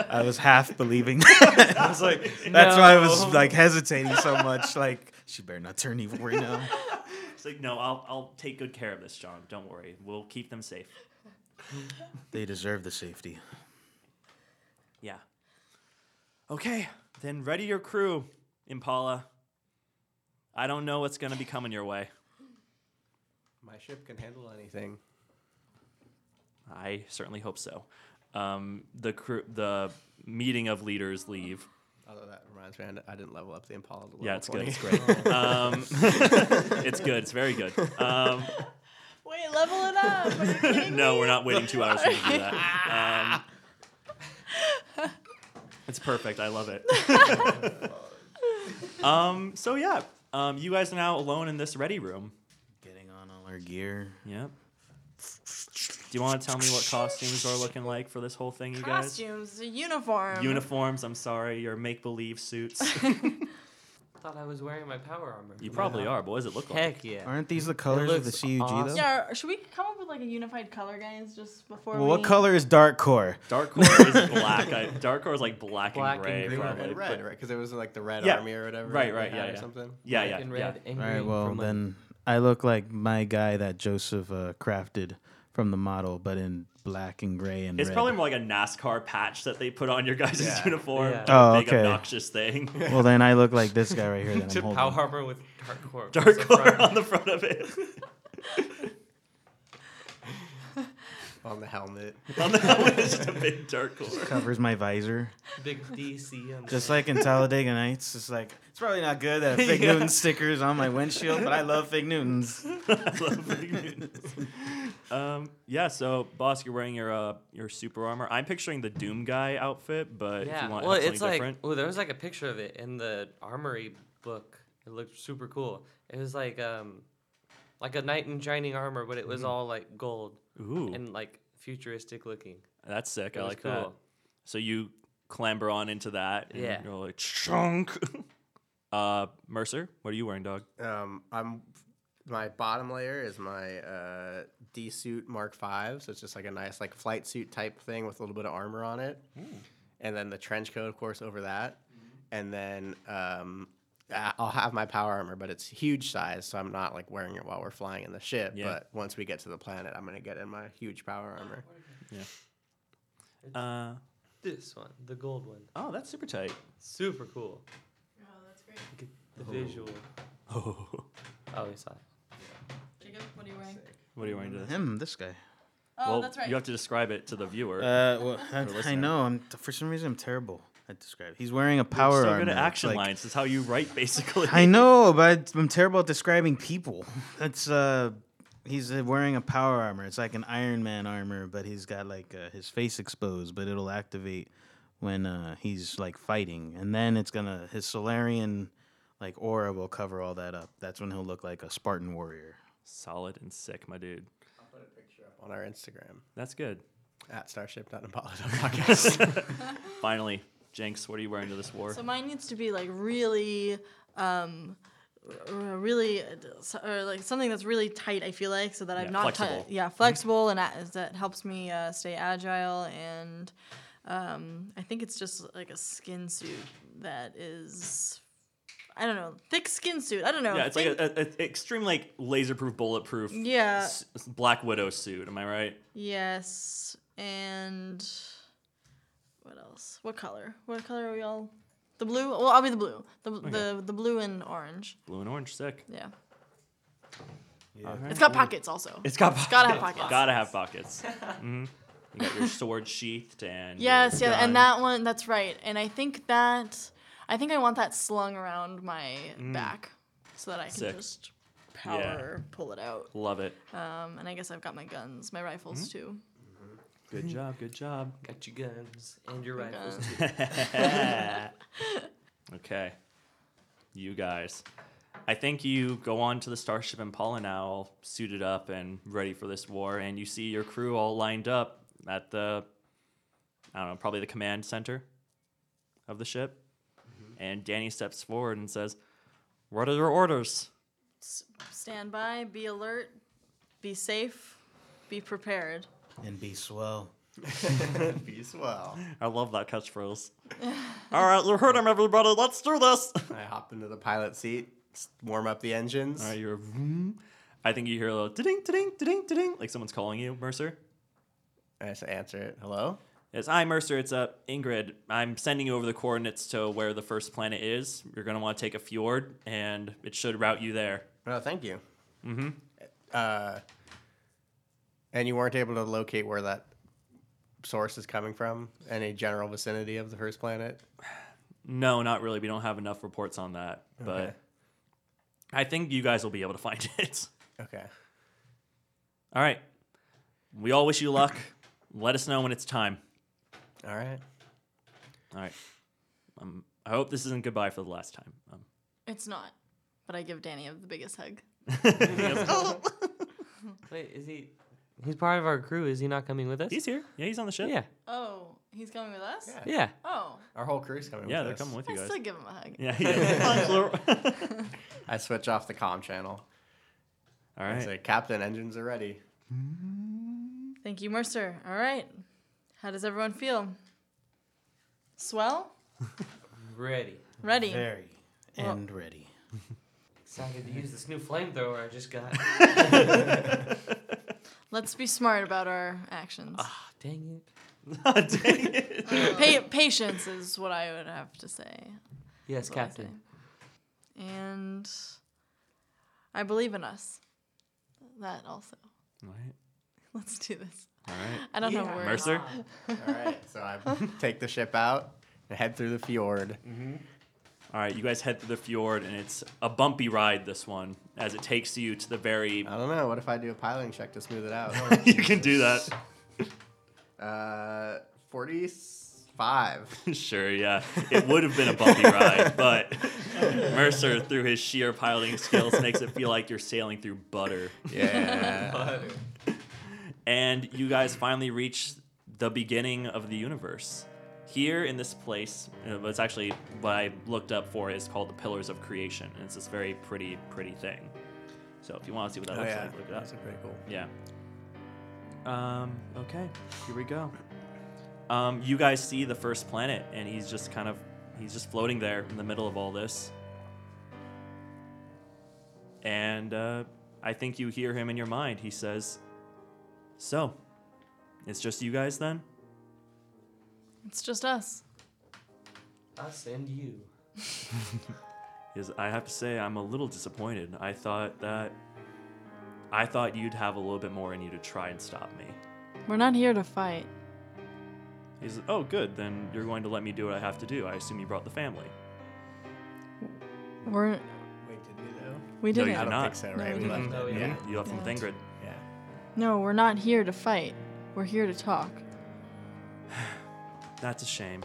[SPEAKER 4] I was half believing. I was like, that's why I was like hesitating so much. Like, she better not turn evil right now.
[SPEAKER 1] It's like, no, I'll, I'll take good care of this, John. Don't worry. We'll keep them safe.
[SPEAKER 4] They deserve the safety.
[SPEAKER 1] Yeah. Okay, then ready your crew, Impala. I don't know what's going to be coming your way.
[SPEAKER 3] My ship can handle anything.
[SPEAKER 1] I certainly hope so. Um, the crew, the meeting of leaders leave.
[SPEAKER 3] Although that reminds me, I n- I didn't level up the Impala. To level
[SPEAKER 1] Yeah, it's
[SPEAKER 3] 20.
[SPEAKER 1] good. It's great. um, it's good. It's very good. Um,
[SPEAKER 5] Wait, level it up. Are you kidding
[SPEAKER 1] no,
[SPEAKER 5] me?
[SPEAKER 1] we're not waiting two hours for you to do that. Um, it's perfect. I love it. um, so yeah, um, you guys are now alone in this ready room.
[SPEAKER 4] Getting on all our gear.
[SPEAKER 1] Yep. Do you want to tell me what costumes are looking like for this whole thing, you guys?
[SPEAKER 5] Costumes, the uniform.
[SPEAKER 1] Uniforms. I'm sorry, your make-believe suits.
[SPEAKER 2] Thought I was wearing my power armor.
[SPEAKER 1] you probably are, but what does it look like?
[SPEAKER 2] Heck yeah.
[SPEAKER 4] Aren't these the colors of the
[SPEAKER 2] looks
[SPEAKER 4] CUG
[SPEAKER 2] awesome.
[SPEAKER 4] though?
[SPEAKER 5] Yeah, or- should we come up with like a unified color, guys, just before
[SPEAKER 4] Well,
[SPEAKER 5] we?
[SPEAKER 4] what color is dark core?
[SPEAKER 1] Dark core is black. I, dark core is like black,
[SPEAKER 2] Black
[SPEAKER 1] and
[SPEAKER 2] and
[SPEAKER 1] gray,
[SPEAKER 2] green.
[SPEAKER 1] probably.
[SPEAKER 3] And
[SPEAKER 1] but-
[SPEAKER 3] red, right? Because it was like the Red
[SPEAKER 1] Yeah.
[SPEAKER 3] Army or whatever.
[SPEAKER 1] Right,
[SPEAKER 3] they
[SPEAKER 1] right, yeah,
[SPEAKER 3] had Or
[SPEAKER 1] yeah.
[SPEAKER 3] something.
[SPEAKER 1] Yeah,
[SPEAKER 2] Black
[SPEAKER 1] yeah,
[SPEAKER 2] and
[SPEAKER 1] yeah.
[SPEAKER 2] red and
[SPEAKER 4] All right,
[SPEAKER 2] green
[SPEAKER 4] well,
[SPEAKER 2] from, like,
[SPEAKER 4] then I look like my guy that Joseph uh, crafted from the model, but in black and gray and
[SPEAKER 1] It's
[SPEAKER 4] red.
[SPEAKER 1] probably more like a NASCAR patch that they put on your guys'
[SPEAKER 3] Yeah.
[SPEAKER 1] uniform.
[SPEAKER 2] Yeah.
[SPEAKER 4] Oh,
[SPEAKER 1] Big
[SPEAKER 4] okay.
[SPEAKER 1] obnoxious thing.
[SPEAKER 4] well, then I look like this guy right here that
[SPEAKER 2] To
[SPEAKER 4] I'm holding.
[SPEAKER 2] power armor with dark core.
[SPEAKER 1] Dark
[SPEAKER 2] So
[SPEAKER 1] core
[SPEAKER 2] front-
[SPEAKER 1] on the front of it.
[SPEAKER 3] On the helmet.
[SPEAKER 1] on the helmet is just a big dark core.
[SPEAKER 4] Covers my visor.
[SPEAKER 2] Big DC. On the
[SPEAKER 4] Just like in Talladega Nights, it's like it's probably not good that Fig
[SPEAKER 1] Yeah.
[SPEAKER 4] Newton stickers on my windshield, but I love Fig Newtons.
[SPEAKER 1] um, yeah, so boss, you're wearing your uh, your super armor. I'm picturing the Doom guy outfit, but if
[SPEAKER 2] yeah.
[SPEAKER 1] you want
[SPEAKER 2] Well,
[SPEAKER 1] have something
[SPEAKER 2] it's like
[SPEAKER 1] different,
[SPEAKER 2] oh, there was like a picture of it in the armory book. It looked super cool. It was like um, like a knight in shining armor, but it was all like gold
[SPEAKER 1] Mm-hmm. ooh,
[SPEAKER 2] and like futuristic looking.
[SPEAKER 1] that's sick.
[SPEAKER 2] It
[SPEAKER 1] I
[SPEAKER 2] was
[SPEAKER 1] like
[SPEAKER 2] cool.
[SPEAKER 1] that. So you clamber on into that. And
[SPEAKER 2] Yeah.
[SPEAKER 1] You're like chunk. uh, Mercer, what are you wearing, dog?
[SPEAKER 3] Um, I'm. My bottom layer is my uh, D suit Mark Five, so it's just like a nice like flight suit type thing with a little bit of armor on it,
[SPEAKER 1] Hmm.
[SPEAKER 3] and then the trench coat, of course, over that, and then um, I- I'll have my power armor, but it's huge size, so I'm not like wearing it while we're flying in the ship.
[SPEAKER 1] Yeah.
[SPEAKER 3] But once we get to the planet, I'm gonna get in my huge power armor.
[SPEAKER 1] Uh,
[SPEAKER 2] This one, the gold one,
[SPEAKER 1] oh, that's super tight.
[SPEAKER 2] super cool.
[SPEAKER 5] Oh, that's great.
[SPEAKER 2] Get the visual.
[SPEAKER 1] Oh,
[SPEAKER 2] Oh, we saw it.
[SPEAKER 5] Jacob, what are you wearing?
[SPEAKER 1] what are you wearing? To this?
[SPEAKER 4] Him, this guy.
[SPEAKER 5] Oh,
[SPEAKER 1] well,
[SPEAKER 5] that's right.
[SPEAKER 1] You have to describe it to the viewer.
[SPEAKER 4] Uh, well, I, I
[SPEAKER 1] listener.
[SPEAKER 4] know. I'm for some reason I'm terrible at describing. He's wearing a power
[SPEAKER 1] so
[SPEAKER 4] armor.
[SPEAKER 1] good at
[SPEAKER 4] It's
[SPEAKER 1] action
[SPEAKER 4] like-
[SPEAKER 1] lines. That's how you write, basically.
[SPEAKER 4] I know, but I'm terrible at describing people. That's uh, he's uh, wearing a power armor. It's like an Iron Man armor, but he's got like uh, his face exposed, but it'll activate when uh, he's like fighting, and then it's gonna his Solarian like aura will cover all that up. That's when he'll look like a Spartan warrior.
[SPEAKER 1] Solid and sick, my dude.
[SPEAKER 3] I'll put a picture up on our Instagram
[SPEAKER 1] That's good.
[SPEAKER 3] at starship.apollo.podcast.
[SPEAKER 1] Finally, Jenks, what are you wearing to this war?
[SPEAKER 5] So mine needs to be like really, um, r- r- really, uh, d- s- or like something that's really tight. I feel like so that
[SPEAKER 1] Yeah,
[SPEAKER 5] I'm not ti-
[SPEAKER 1] flexible. Mm-hmm.
[SPEAKER 5] yeah flexible and a- that helps me uh, stay agile. And um, I think it's just like a skin suit that is, I don't know, thick skin suit. I don't know.
[SPEAKER 1] yeah, it's like
[SPEAKER 5] think-
[SPEAKER 1] an extreme like laser-proof, bulletproof.
[SPEAKER 5] Yeah.
[SPEAKER 1] s- s- Black Widow suit. Am I right?
[SPEAKER 5] yes. And what else? What color? What color are we all? The blue. Well, I'll be the blue. The the, the blue and orange.
[SPEAKER 1] Blue and orange, sick.
[SPEAKER 5] Yeah.
[SPEAKER 4] Yeah.
[SPEAKER 5] It's got pockets also.
[SPEAKER 2] It's got
[SPEAKER 5] It's gotta have pockets.
[SPEAKER 1] Gotta have pockets. hmm You got your sword sheathed and your
[SPEAKER 5] Yes, yeah,
[SPEAKER 1] gun.
[SPEAKER 5] and that one, that's right. And I think that, I think I want that slung around my back so that I can
[SPEAKER 1] Sick.
[SPEAKER 5] just power pull it out.
[SPEAKER 1] Love it.
[SPEAKER 5] Um, and I guess I've got my guns, my rifles too.
[SPEAKER 1] Good job. Good job.
[SPEAKER 2] Got your guns and your rifles
[SPEAKER 5] guns.
[SPEAKER 2] too.
[SPEAKER 1] Okay. You guys. I think you go on to the Starship Impala now, all suited up and ready for this war, and you see your crew all lined up at the, I don't know, probably the command center of the ship. And Danny steps forward and says, What are your orders?
[SPEAKER 5] S- stand by, be alert, be safe, be prepared.
[SPEAKER 4] And be swell.
[SPEAKER 3] Peace well.
[SPEAKER 1] I love that catchphrase. all right, you heard him, everybody. Let's do this.
[SPEAKER 3] I hop into the pilot seat, s- warm up the engines.
[SPEAKER 1] All right, you're. vroom. I think you hear a little ding, ding, ding, ding, like someone's calling you, Mercer.
[SPEAKER 3] I just answer it. Hello?
[SPEAKER 1] It's I, Mercer. It's uh, Ingrid. I'm sending you over the coordinates to where the first planet is. You're going to want to take a fjord, and it should route you there.
[SPEAKER 3] Oh, thank you. Mm-hmm. Uh, and you weren't able to locate where that source is coming from? Any general vicinity of the first planet?
[SPEAKER 1] No, not really. We don't have enough reports on that,
[SPEAKER 3] Okay.
[SPEAKER 1] but I think you guys will be able to find it.
[SPEAKER 3] Okay.
[SPEAKER 1] All right. We all wish you luck. Let us know when it's time.
[SPEAKER 3] All right.
[SPEAKER 1] All right. Um, I hope this isn't goodbye for the last time. Um,
[SPEAKER 5] It's not, but I give Danny the biggest hug.
[SPEAKER 1] Um,
[SPEAKER 2] Wait, is he? He's part of our crew. Is he not coming with us?
[SPEAKER 1] he's here. Yeah, he's on the ship.
[SPEAKER 2] yeah,
[SPEAKER 5] Oh, he's coming with us?
[SPEAKER 3] Yeah.
[SPEAKER 2] yeah.
[SPEAKER 5] Oh,
[SPEAKER 3] Our whole crew's coming
[SPEAKER 1] Yeah,
[SPEAKER 3] with
[SPEAKER 1] they're
[SPEAKER 3] us.
[SPEAKER 1] coming with
[SPEAKER 5] I
[SPEAKER 1] you guys.
[SPEAKER 5] still give him a hug.
[SPEAKER 1] Yeah. yeah.
[SPEAKER 3] I switch off the comm channel.
[SPEAKER 1] all
[SPEAKER 3] I
[SPEAKER 1] right.
[SPEAKER 3] say, Captain, engines are ready.
[SPEAKER 5] Thank you, Mercer. All right. How does everyone feel? Swell?
[SPEAKER 2] Ready.
[SPEAKER 5] Ready.
[SPEAKER 4] Very. And ready.
[SPEAKER 2] Excited to use this new flamethrower I just got.
[SPEAKER 5] Let's be smart about our actions.
[SPEAKER 2] Ah, dang it.
[SPEAKER 1] Dang it.
[SPEAKER 5] Pa- patience is what I would have to say.
[SPEAKER 2] Yes,
[SPEAKER 5] That's what I
[SPEAKER 2] Captain.
[SPEAKER 5] say. And I believe in us. That also.
[SPEAKER 1] All right.
[SPEAKER 5] Let's do this.
[SPEAKER 1] All right.
[SPEAKER 5] I don't know
[SPEAKER 2] Yeah.
[SPEAKER 5] words.
[SPEAKER 1] Mercer.
[SPEAKER 3] All right. So I take the ship out and head through the fjord.
[SPEAKER 1] All right, you guys head through the fjord, and it's a bumpy ride. This one, as it takes you to the very.
[SPEAKER 3] I don't know. What if I do a piloting check to smooth it out?
[SPEAKER 1] you can do that.
[SPEAKER 3] uh, 45.
[SPEAKER 1] sure, yeah. It would have been a bumpy ride, but Mercer, through his sheer piloting skills, makes it feel like you're sailing through butter.
[SPEAKER 3] Yeah.
[SPEAKER 1] And you guys finally reach the beginning of the universe. Here in this place, uh, it's actually what I looked up for is called the Pillars of Creation, and it's this very pretty, pretty thing. So if you want to see what that
[SPEAKER 3] oh,
[SPEAKER 1] looks
[SPEAKER 3] yeah.
[SPEAKER 1] like, look it up.
[SPEAKER 3] That's pretty cool.
[SPEAKER 1] Yeah. Um, okay, here we go. Um, you guys see the first planet, and he's just kind of he's just floating there in the middle of all this. And uh, I think you hear him in your mind. He says, "So, it's just you guys then?"
[SPEAKER 5] It's just us.
[SPEAKER 2] Us and you.
[SPEAKER 1] Because I have to say, I'm a little disappointed. I thought that I thought you'd have a little bit more in you to try and stop me.
[SPEAKER 5] We're not here to fight.
[SPEAKER 1] He says, "Oh, good. Then you're going to let me do what I have to do. I assume you brought the family."
[SPEAKER 5] We're
[SPEAKER 3] Wait, did we though?
[SPEAKER 1] No, you
[SPEAKER 5] we didn't.
[SPEAKER 3] I
[SPEAKER 1] did
[SPEAKER 3] don't
[SPEAKER 1] not.
[SPEAKER 3] think so, right?
[SPEAKER 5] we
[SPEAKER 3] we
[SPEAKER 5] didn't.
[SPEAKER 3] left
[SPEAKER 2] No,
[SPEAKER 3] it.
[SPEAKER 2] we
[SPEAKER 3] Um, Yeah.
[SPEAKER 1] You left from
[SPEAKER 5] Yeah.
[SPEAKER 1] Thingrid.
[SPEAKER 3] Yeah.
[SPEAKER 5] no, we're not here to fight. We're here to talk.
[SPEAKER 1] That's a shame.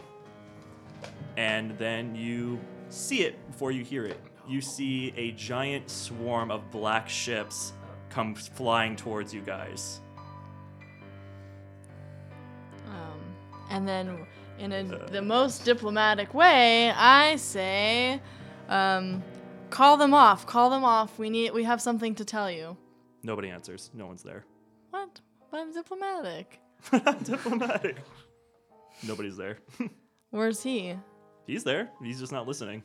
[SPEAKER 1] And then you see it before you hear it. you see a giant swarm of black ships come flying towards you guys.
[SPEAKER 5] Um, and then, in a, the most diplomatic way, I say, um, call them off. Call them off. We need. We have something to tell you.
[SPEAKER 1] Nobody answers. No one's there.
[SPEAKER 5] What? But I'm diplomatic.
[SPEAKER 1] Diplomatic. Nobody's there.
[SPEAKER 5] Where's he?
[SPEAKER 1] He's there. He's just not listening.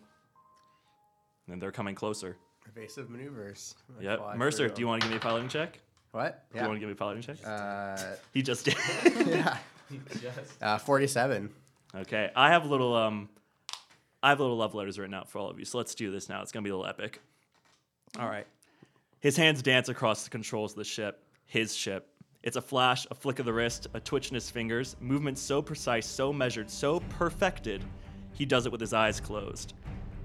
[SPEAKER 1] And they're coming closer.
[SPEAKER 3] Evasive maneuvers. That's
[SPEAKER 1] Yep.
[SPEAKER 3] why I
[SPEAKER 1] Mercer,
[SPEAKER 3] threw
[SPEAKER 1] do you
[SPEAKER 3] him.
[SPEAKER 1] want to give me a piloting check?
[SPEAKER 3] What?
[SPEAKER 1] Do you
[SPEAKER 3] Yeah.
[SPEAKER 1] want to give me a piloting check?
[SPEAKER 3] Uh,
[SPEAKER 1] he just did.
[SPEAKER 3] yeah. Uh, 47.
[SPEAKER 1] okay. I have little um I have little love letters written out for all of you. So let's do this now. It's going to be a little epic. All right. His hands dance across the controls of the ship, his ship. It's a flash, a flick of the wrist, a twitch in his fingers, movement so precise, so measured, so perfected, he does it with his eyes closed.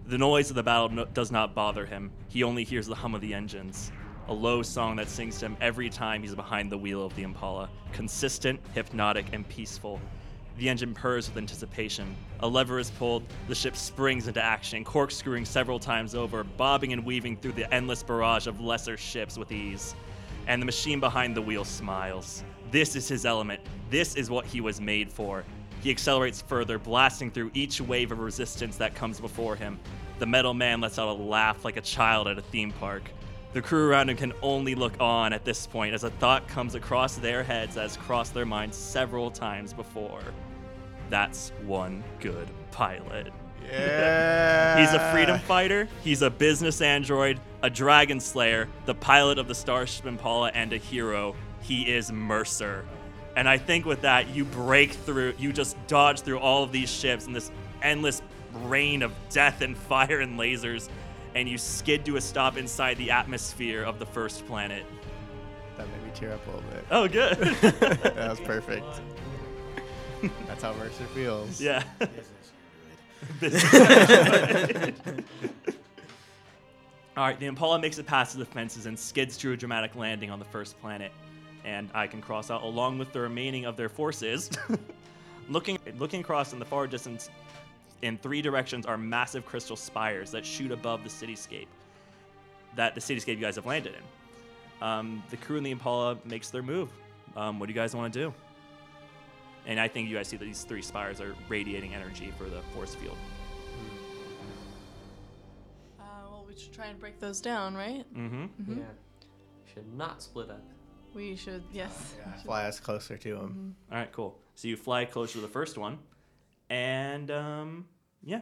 [SPEAKER 1] The noise of the battle no- does not bother him. He only hears the hum of the engines, a low song that sings to him every time he's behind the wheel of the Impala, consistent, hypnotic, and peaceful. The engine purrs with anticipation. A lever is pulled, the ship springs into action, corkscrewing several times over, bobbing and weaving through the endless barrage of lesser ships with ease. And the machine behind the wheel smiles. This is his element. This is what he was made for. He accelerates further, blasting through each wave of resistance that comes before him. The metal man lets out a laugh like a child at a theme park. The crew around him can only look on at this point as a thought comes across their heads that has crossed their minds several times before. That's one good pilot.
[SPEAKER 4] Yeah.
[SPEAKER 1] He's a freedom fighter, he's a business android, a dragon slayer, the pilot of the Starship Impala, and a hero. He is Mercer. And I think with that, you break through, you just dodge through all of these ships in this endless rain of death and fire and lasers, and you skid to a stop inside the atmosphere of the first planet.
[SPEAKER 3] That made me tear up a little bit.
[SPEAKER 1] Oh, good.
[SPEAKER 3] that was perfect. That's how Mercer feels.
[SPEAKER 1] yeah. All right, the Impala makes it past the fences and skids to a dramatic landing on the first planet. And I can cross out along with the remaining of their forces. looking, looking across in the far distance, in three directions, are massive crystal spires that shoot above the cityscape. That the cityscape you guys have landed in. Um, the crew in the Impala makes their move. Um, what do you guys want to do? And I think you guys see that these three spires are radiating energy for the force field.
[SPEAKER 5] Uh, well, we should try and break those down, right?
[SPEAKER 1] Mm-hmm.
[SPEAKER 5] Mhm.
[SPEAKER 2] Yeah. Should not split up.
[SPEAKER 5] We should. Yes.
[SPEAKER 3] Fly us closer to him.
[SPEAKER 5] Mm-hmm.
[SPEAKER 1] All right, cool. So you fly closer to the first one, and um, yeah.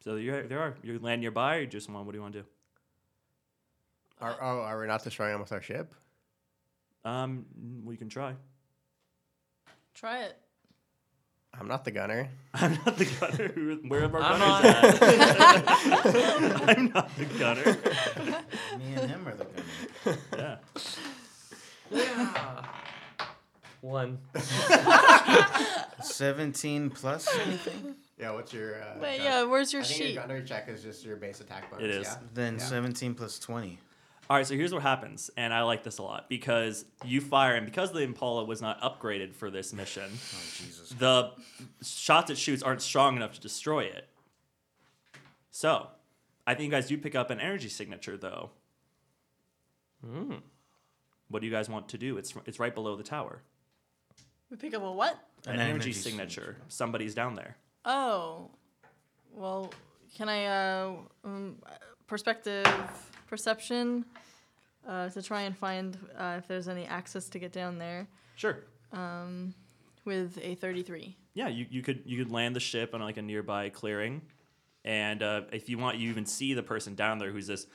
[SPEAKER 1] So you're there are you land nearby. Or you just want what do you want to do?
[SPEAKER 3] Are, are, are we not destroying him with our ship?
[SPEAKER 1] Um, we can try.
[SPEAKER 5] Try it.
[SPEAKER 3] I'm not the gunner.
[SPEAKER 1] I'm not the gunner. Who- Where are our
[SPEAKER 2] I'm
[SPEAKER 1] gunners at? I'm not the gunner.
[SPEAKER 4] Me and him are the gunner.
[SPEAKER 1] Yeah.
[SPEAKER 2] Ah. One.
[SPEAKER 4] 17 plus anything?
[SPEAKER 3] Yeah, what's your. Uh,
[SPEAKER 5] But
[SPEAKER 3] gun-
[SPEAKER 5] yeah, where's your
[SPEAKER 3] I think
[SPEAKER 5] sheet?
[SPEAKER 3] your gunner check is just your base attack bonus.
[SPEAKER 1] It is.
[SPEAKER 3] Yeah?
[SPEAKER 4] Then 17 plus 20.
[SPEAKER 1] All right, so here's what happens, and I like this a lot because you fire, and because the Impala was not upgraded for this mission,
[SPEAKER 4] Oh, Jesus.
[SPEAKER 1] the shots it shoots aren't strong enough to destroy it. So, I think you guys do pick up an energy signature, though. Hmm. What do you guys want to do? It's it's right below the tower.
[SPEAKER 5] We pick up a what?
[SPEAKER 1] An, energy, signature. Somebody's down there.
[SPEAKER 5] Oh. Well, can I uh, um, perspective perception uh, to try and find uh, if there's any access to get down there
[SPEAKER 1] Sure.
[SPEAKER 5] with a 33.
[SPEAKER 1] Yeah, you, you could you could land the ship on like a nearby clearing, and uh, if you want, you even see the person down there who's this.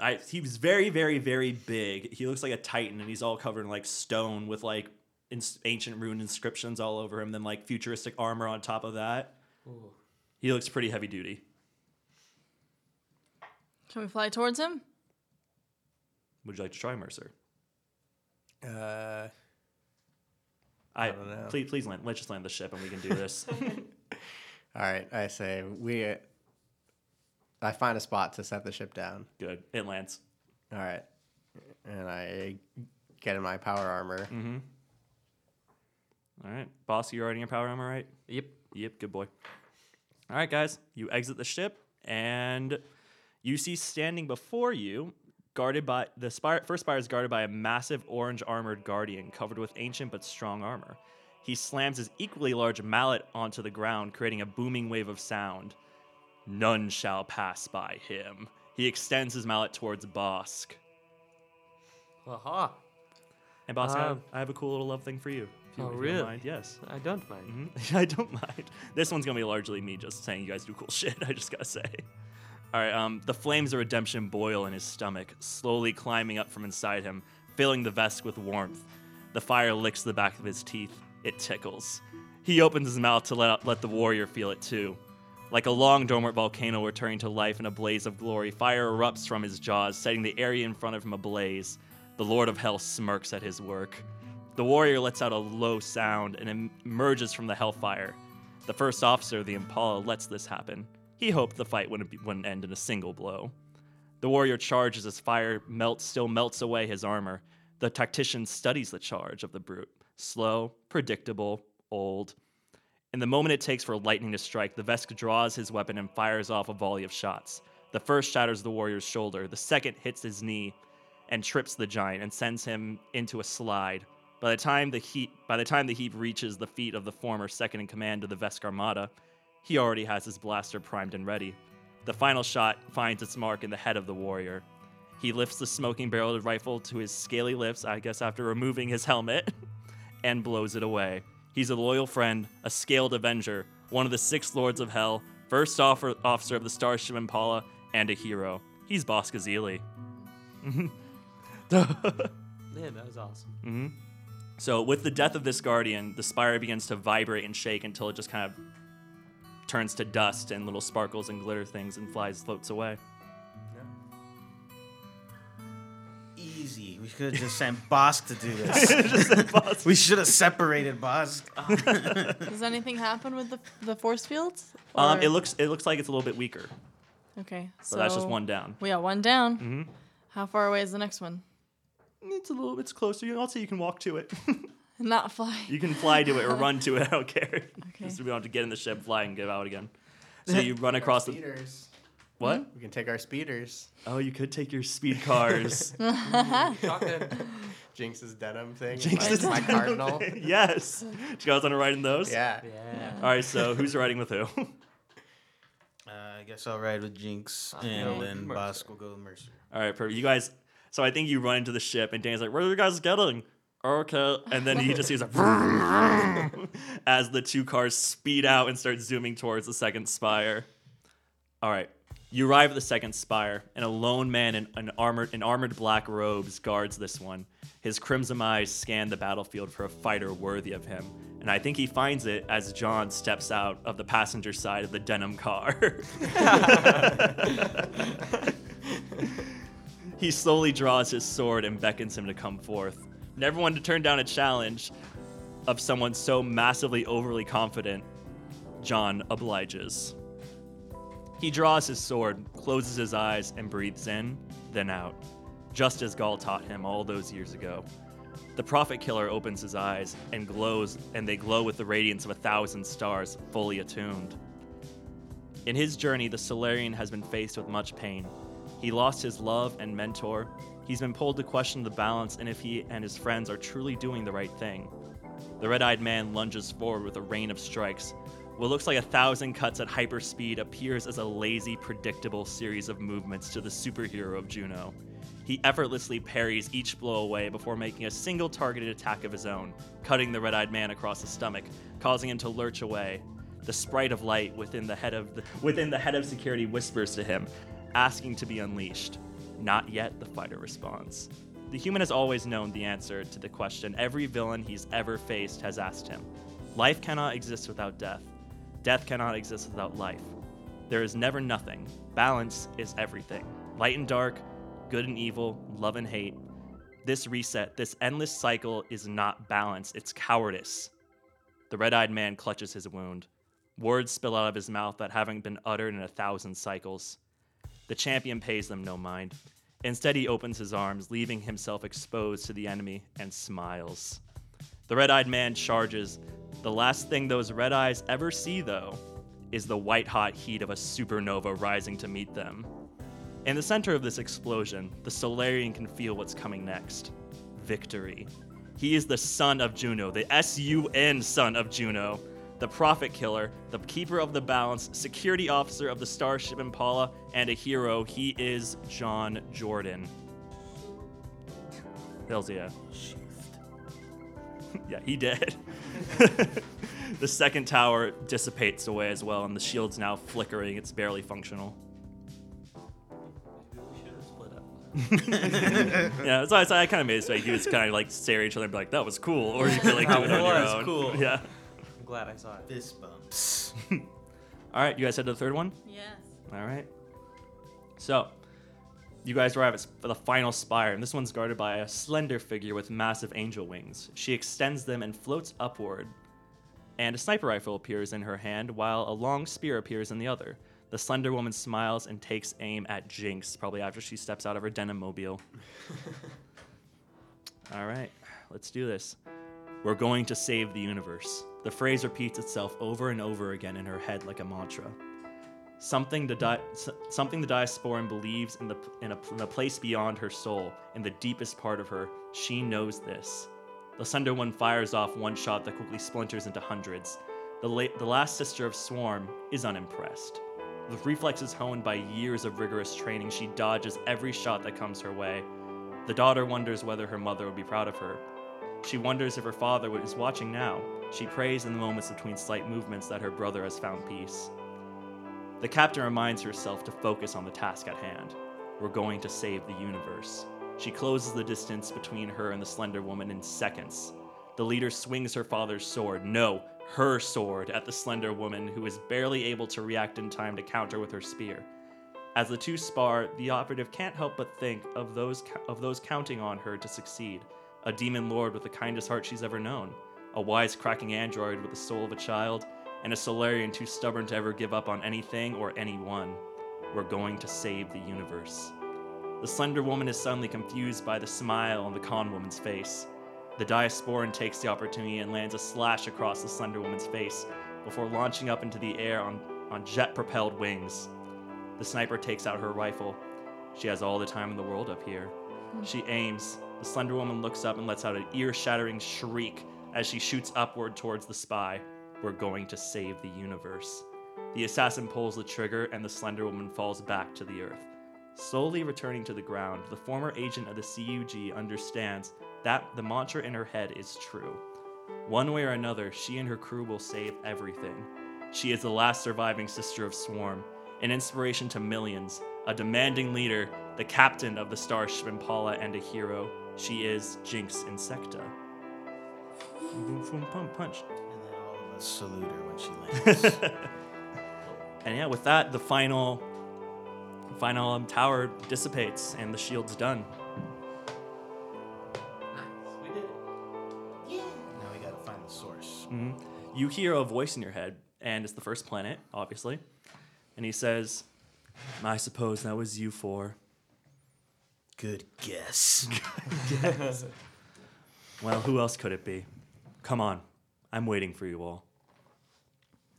[SPEAKER 1] I he was very very very big. He looks like a titan, and he's all covered in like stone with like ins- ancient rune inscriptions all over him, then like futuristic armor on top of that. He looks pretty heavy duty.
[SPEAKER 5] Can we fly towards him?
[SPEAKER 1] Would you like to try Mercer?
[SPEAKER 3] Uh,
[SPEAKER 1] I,
[SPEAKER 3] don't know.
[SPEAKER 1] please please land. Let's just land the ship, and we can do this.
[SPEAKER 3] all right, I say we. Uh, I find a spot to set the ship down.
[SPEAKER 1] Good. It lands.
[SPEAKER 3] All right. And I get in my power armor.
[SPEAKER 1] Mm-hmm. All right, boss. You're already in your power armor, right?
[SPEAKER 2] Yep.
[SPEAKER 1] Yep, good boy. All right, guys, you exit the ship and you see standing before you, guarded by the spire, first spire is guarded by a massive orange armored guardian covered with ancient but strong armor. He slams his equally large mallet onto the ground, creating a booming wave of sound. None shall pass by him. He extends his mallet towards Bosk.
[SPEAKER 2] Aha.
[SPEAKER 1] And Bosk, I have-
[SPEAKER 2] Um,
[SPEAKER 1] I have a cool little love thing for you. If you
[SPEAKER 2] Oh,
[SPEAKER 1] if you don't
[SPEAKER 2] really?
[SPEAKER 1] mind. Yes.
[SPEAKER 2] I don't mind.
[SPEAKER 1] Mhm. I don't mind. This one's gonna be largely me just saying you guys do cool shit. I just gotta say. All right. Um, the flames of redemption boil in his stomach, slowly climbing up from inside him, filling the vest with warmth. The fire licks the back of his teeth. It tickles. He opens his mouth to let out, let the warrior feel it too. Like a long dormant volcano returning to life in a blaze of glory, fire erupts from his jaws, setting the area in front of him ablaze. The Lord of Hell smirks at his work. The warrior lets out a low sound and emerges from the hellfire. The first officer of the Impala lets this happen. He hoped the fight wouldn't, be, wouldn't end in a single blow. The warrior charges as fire melts, still melts away his armor. The tactician studies the charge of the brute. Slow, predictable, old. In the moment it takes for lightning to strike, the Vesk draws his weapon and fires off a volley of shots. The first shatters the warrior's shoulder, the second hits his knee and trips the giant and sends him into a slide. By the time the heat by the time the heap reaches the feet of the former second in command of the Vesk Armada, he already has his blaster primed and ready. The final shot finds its mark in the head of the warrior. He lifts the smoking barreled rifle to his scaly lips, I guess after removing his helmet, and blows it away. He's a loyal friend, a scaled avenger, one of the six lords of hell, first offer- officer of the Starship Impala, and a hero. He's Boss Gazili.
[SPEAKER 2] Yeah, that was awesome.
[SPEAKER 1] So, with the death of this guardian, the spire begins to vibrate and shake until it just kind of turns to dust and little sparkles and glitter things and flies, floats away.
[SPEAKER 4] Easy. We should have just sent Bosk to do this. we should have separated Bosk.
[SPEAKER 1] Uh,
[SPEAKER 5] Does anything happen with the, the force fields?
[SPEAKER 1] Um,
[SPEAKER 5] Or-
[SPEAKER 1] it looks it looks like it's a little bit weaker,
[SPEAKER 5] Okay.
[SPEAKER 1] so that's just one down.
[SPEAKER 5] We got one down. How far away is the next one?
[SPEAKER 1] It's a little bit closer. I'll say you can walk to it.
[SPEAKER 5] Not fly.
[SPEAKER 1] you can fly to it or run to it. I don't care.
[SPEAKER 5] Okay.
[SPEAKER 1] Just we don't have to get in the ship, fly, and get out again. So you run across the
[SPEAKER 3] speeders.
[SPEAKER 1] what?
[SPEAKER 3] We can take our speeders.
[SPEAKER 1] Oh, you could take your speed cars.
[SPEAKER 2] Shotgun.
[SPEAKER 3] Jinx's denim thing.
[SPEAKER 1] Jinx's
[SPEAKER 3] my, my cardinal.
[SPEAKER 1] yes. Do you guys want to ride in those?
[SPEAKER 3] Yeah.
[SPEAKER 2] yeah.
[SPEAKER 1] All right. So who's riding with who?
[SPEAKER 4] Uh, I guess I'll ride with
[SPEAKER 1] Uh,
[SPEAKER 4] Jinx,
[SPEAKER 2] go
[SPEAKER 4] and
[SPEAKER 2] with
[SPEAKER 4] then
[SPEAKER 2] Mercer.
[SPEAKER 4] Bosk will go with Mercer.
[SPEAKER 1] All right, perfect. You guys. So I think you run into the ship, and Dan's like, "Where are you guys getting?" Okay, and then he just hears a vroom, vroom, as the two cars speed out and start zooming towards the second spire. All right, you arrive at the second spire, and a lone man in an armored in armored black robes guards this one. His crimson eyes scan the battlefield for a fighter worthy of him, and I think he finds it as John steps out of the passenger side of the denim car. He slowly draws his sword and beckons him to come forth. Never one to turn down a challenge of someone so massively overly confident, John obliges. He draws his sword, closes his eyes, and breathes in, then out, just as Gaul taught him all those years ago. The prophet killer opens his eyes and glows, and they glow with the radiance of a thousand stars, fully attuned. In his journey, the Solarian has been faced with much pain. He lost his love and mentor. He's been pulled to question the balance and if he and his friends are truly doing the right thing. The red eyed man lunges forward with a rain of strikes. What looks like a thousand cuts at hyperspeed appears as a lazy, predictable series of movements to the superhero of Juno. He effortlessly parries each blow away before making a single targeted attack of his own, cutting the red eyed man across the stomach, causing him to lurch away. The sprite of light within the head of the, within the head of security whispers to him, asking to be unleashed. Not yet, the fighter responds. The human has always known the answer to the question every villain he's ever faced has asked him. Life cannot exist without death. Death cannot exist without life. There is never nothing. Balance is everything. Light and dark, good and evil, love and hate. This reset, this endless cycle is not balance, it's cowardice. The red eyed man clutches his wound. Words spill out of his mouth that haven't been uttered in a thousand cycles. The champion pays them no mind. Instead, he opens his arms, leaving himself exposed to the enemy, and smiles. The red eyed man charges. The last thing those red eyes ever see, though, is the white hot heat of a supernova rising to meet them. In the center of this explosion, the Solarian can feel what's coming next victory. He is the son of Juno, the S U N son of Juno, the prophet killer, the keeper of the balance, security officer of the starship Impala, and a hero. He is John Jordan. Belzia. yeah, he did. the second tower dissipates away as well, and the shield's now flickering. It's barely functional.
[SPEAKER 2] We should have split up.
[SPEAKER 1] Yeah, so I, so I kind of made it so like, you would kind of like stare at each other and be like, "That was cool," or you could like do
[SPEAKER 2] That
[SPEAKER 1] it on your
[SPEAKER 2] was
[SPEAKER 1] own.
[SPEAKER 2] cool.
[SPEAKER 1] Yeah.
[SPEAKER 2] I'm glad I saw it.
[SPEAKER 4] Fist bumps.
[SPEAKER 1] All right, you guys head to the third one.
[SPEAKER 5] Yes.
[SPEAKER 1] All right. So, you guys arrive at s- for the final spire, and this one's guarded by a slender figure with massive angel wings. She extends them and floats upward, and a sniper rifle appears in her hand, while a long spear appears in the other. The slender woman smiles and takes aim at Jinx, probably after she steps out of her denim mobile. All right, let's do this. We're going to save the universe. The phrase repeats itself over and over again in her head like a mantra. Something the, di- s- something the diasporan believes in the, in, a, in the place beyond her soul, in the deepest part of her, she knows this. The Sunder One fires off one shot that quickly splinters into hundreds. The, la- the last sister of Swarm is unimpressed. With reflexes honed by years of rigorous training, she dodges every shot that comes her way. The daughter wonders whether her mother would be proud of her. She wonders if her father is watching now. She prays in the moments between slight movements that her brother has found peace. The captain reminds herself to focus on the task at hand. We're going to save the universe. She closes the distance between her and the slender woman in seconds. The leader swings her father's sword, no, her sword, at the slender woman, who is barely able to react in time to counter with her spear. As the two spar, the operative can't help but think of those of those counting on her to succeed. A demon lord with the kindest heart she's ever known, a wise cracking android with the soul of a child, and a Solarian too stubborn to ever give up on anything or anyone. We're going to save the universe. The slender woman is suddenly confused by the smile on the con woman's face. The diasporan takes the opportunity and lands a slash across the slender woman's face before launching up into the air on, on jet propelled wings. The sniper takes out her rifle. She has all the time in the world up here. She aims. The slender woman looks up and lets out an ear shattering shriek as she shoots upward towards the spy. We're going to save the universe. The assassin pulls the trigger, and the slender woman falls back to the earth. Slowly returning to the ground, the former agent of the CUG understands that the mantra in her head is true. One way or another, she and her crew will save everything. She is the last surviving sister of Swarm, an inspiration to millions, a demanding leader, the captain of the starship Impala, and a hero. She is Jinx Insecta. Boom, boom, boom, pump, punch.
[SPEAKER 4] And then all of us salute her when she lands.
[SPEAKER 1] And yeah, with that, the final, final um, tower dissipates, and the shield's done.
[SPEAKER 2] Nice. We did it.
[SPEAKER 4] now we gotta find the source.
[SPEAKER 1] Mm. you hear a voice in your head, and it's the first planet, obviously. And he says, I suppose that was you four.
[SPEAKER 4] Good guess.
[SPEAKER 1] Well, who else could it be? Come on, I'm waiting for you all.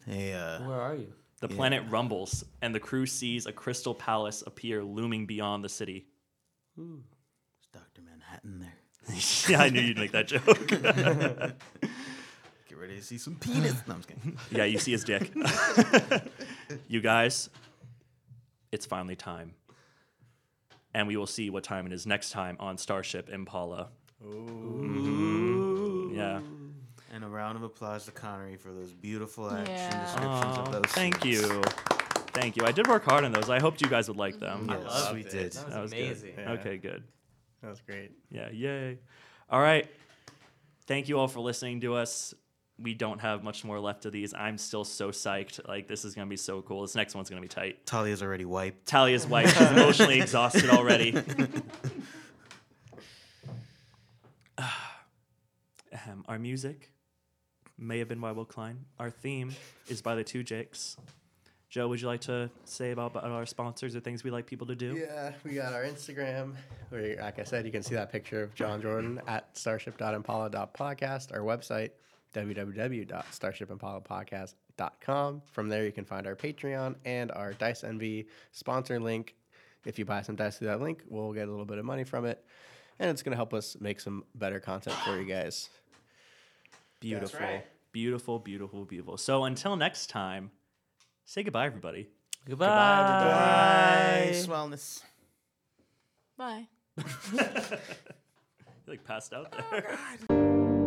[SPEAKER 4] Hey, uh,
[SPEAKER 2] Where are you?
[SPEAKER 1] The planet rumbles, and the crew sees a crystal palace appear looming beyond the city.
[SPEAKER 4] is Dr. Manhattan there?
[SPEAKER 1] yeah, I knew you'd make that joke.
[SPEAKER 4] Get ready to see some penis. No, I'm just kidding.
[SPEAKER 1] yeah, you see his dick. you guys, it's finally time. And we will see what time it is next time on Starship Impala. Ooh. Yeah.
[SPEAKER 4] And a round of applause to Connery for those beautiful action
[SPEAKER 5] Yeah.
[SPEAKER 4] descriptions
[SPEAKER 1] Aw,
[SPEAKER 4] of those.
[SPEAKER 1] thank
[SPEAKER 4] scenes.
[SPEAKER 1] you. Thank you. I did work hard on those. I hoped you guys would like them.
[SPEAKER 4] Yes,
[SPEAKER 2] loved
[SPEAKER 4] we
[SPEAKER 3] it.
[SPEAKER 4] did.
[SPEAKER 2] That was,
[SPEAKER 1] That was good.
[SPEAKER 2] amazing.
[SPEAKER 3] Yeah.
[SPEAKER 1] Okay, good.
[SPEAKER 3] That was great.
[SPEAKER 1] Yeah, yay. All right. Thank you all for listening to us. We don't have much more left of these. I'm still so psyched. Like, this is going to be so cool. This next one's going to be tight.
[SPEAKER 4] Talia's already wiped.
[SPEAKER 1] Talia's wife. She's emotionally exhausted already. Ahem. Our music may have been by Will Klein. Our theme is by the Two Jakes. Joe, would you like to say about, about our sponsors or things we like people to do?
[SPEAKER 3] Yeah, we got our Instagram. Where, like I said, you can see that picture of John Jordan at starship.impala.podcast. Our website, www.starshipimpalapodcast gmail.com. From there, you can find our Patreon and our Dice Envy sponsor link. If you buy some dice through that link, we'll get a little bit of money from it. And it's going to help us make some better content for you guys.
[SPEAKER 1] Beautiful. Beautiful, beautiful, beautiful. So until next time, say goodbye, everybody.
[SPEAKER 4] Nice wellness.
[SPEAKER 5] Bye.
[SPEAKER 1] You, like passed out there.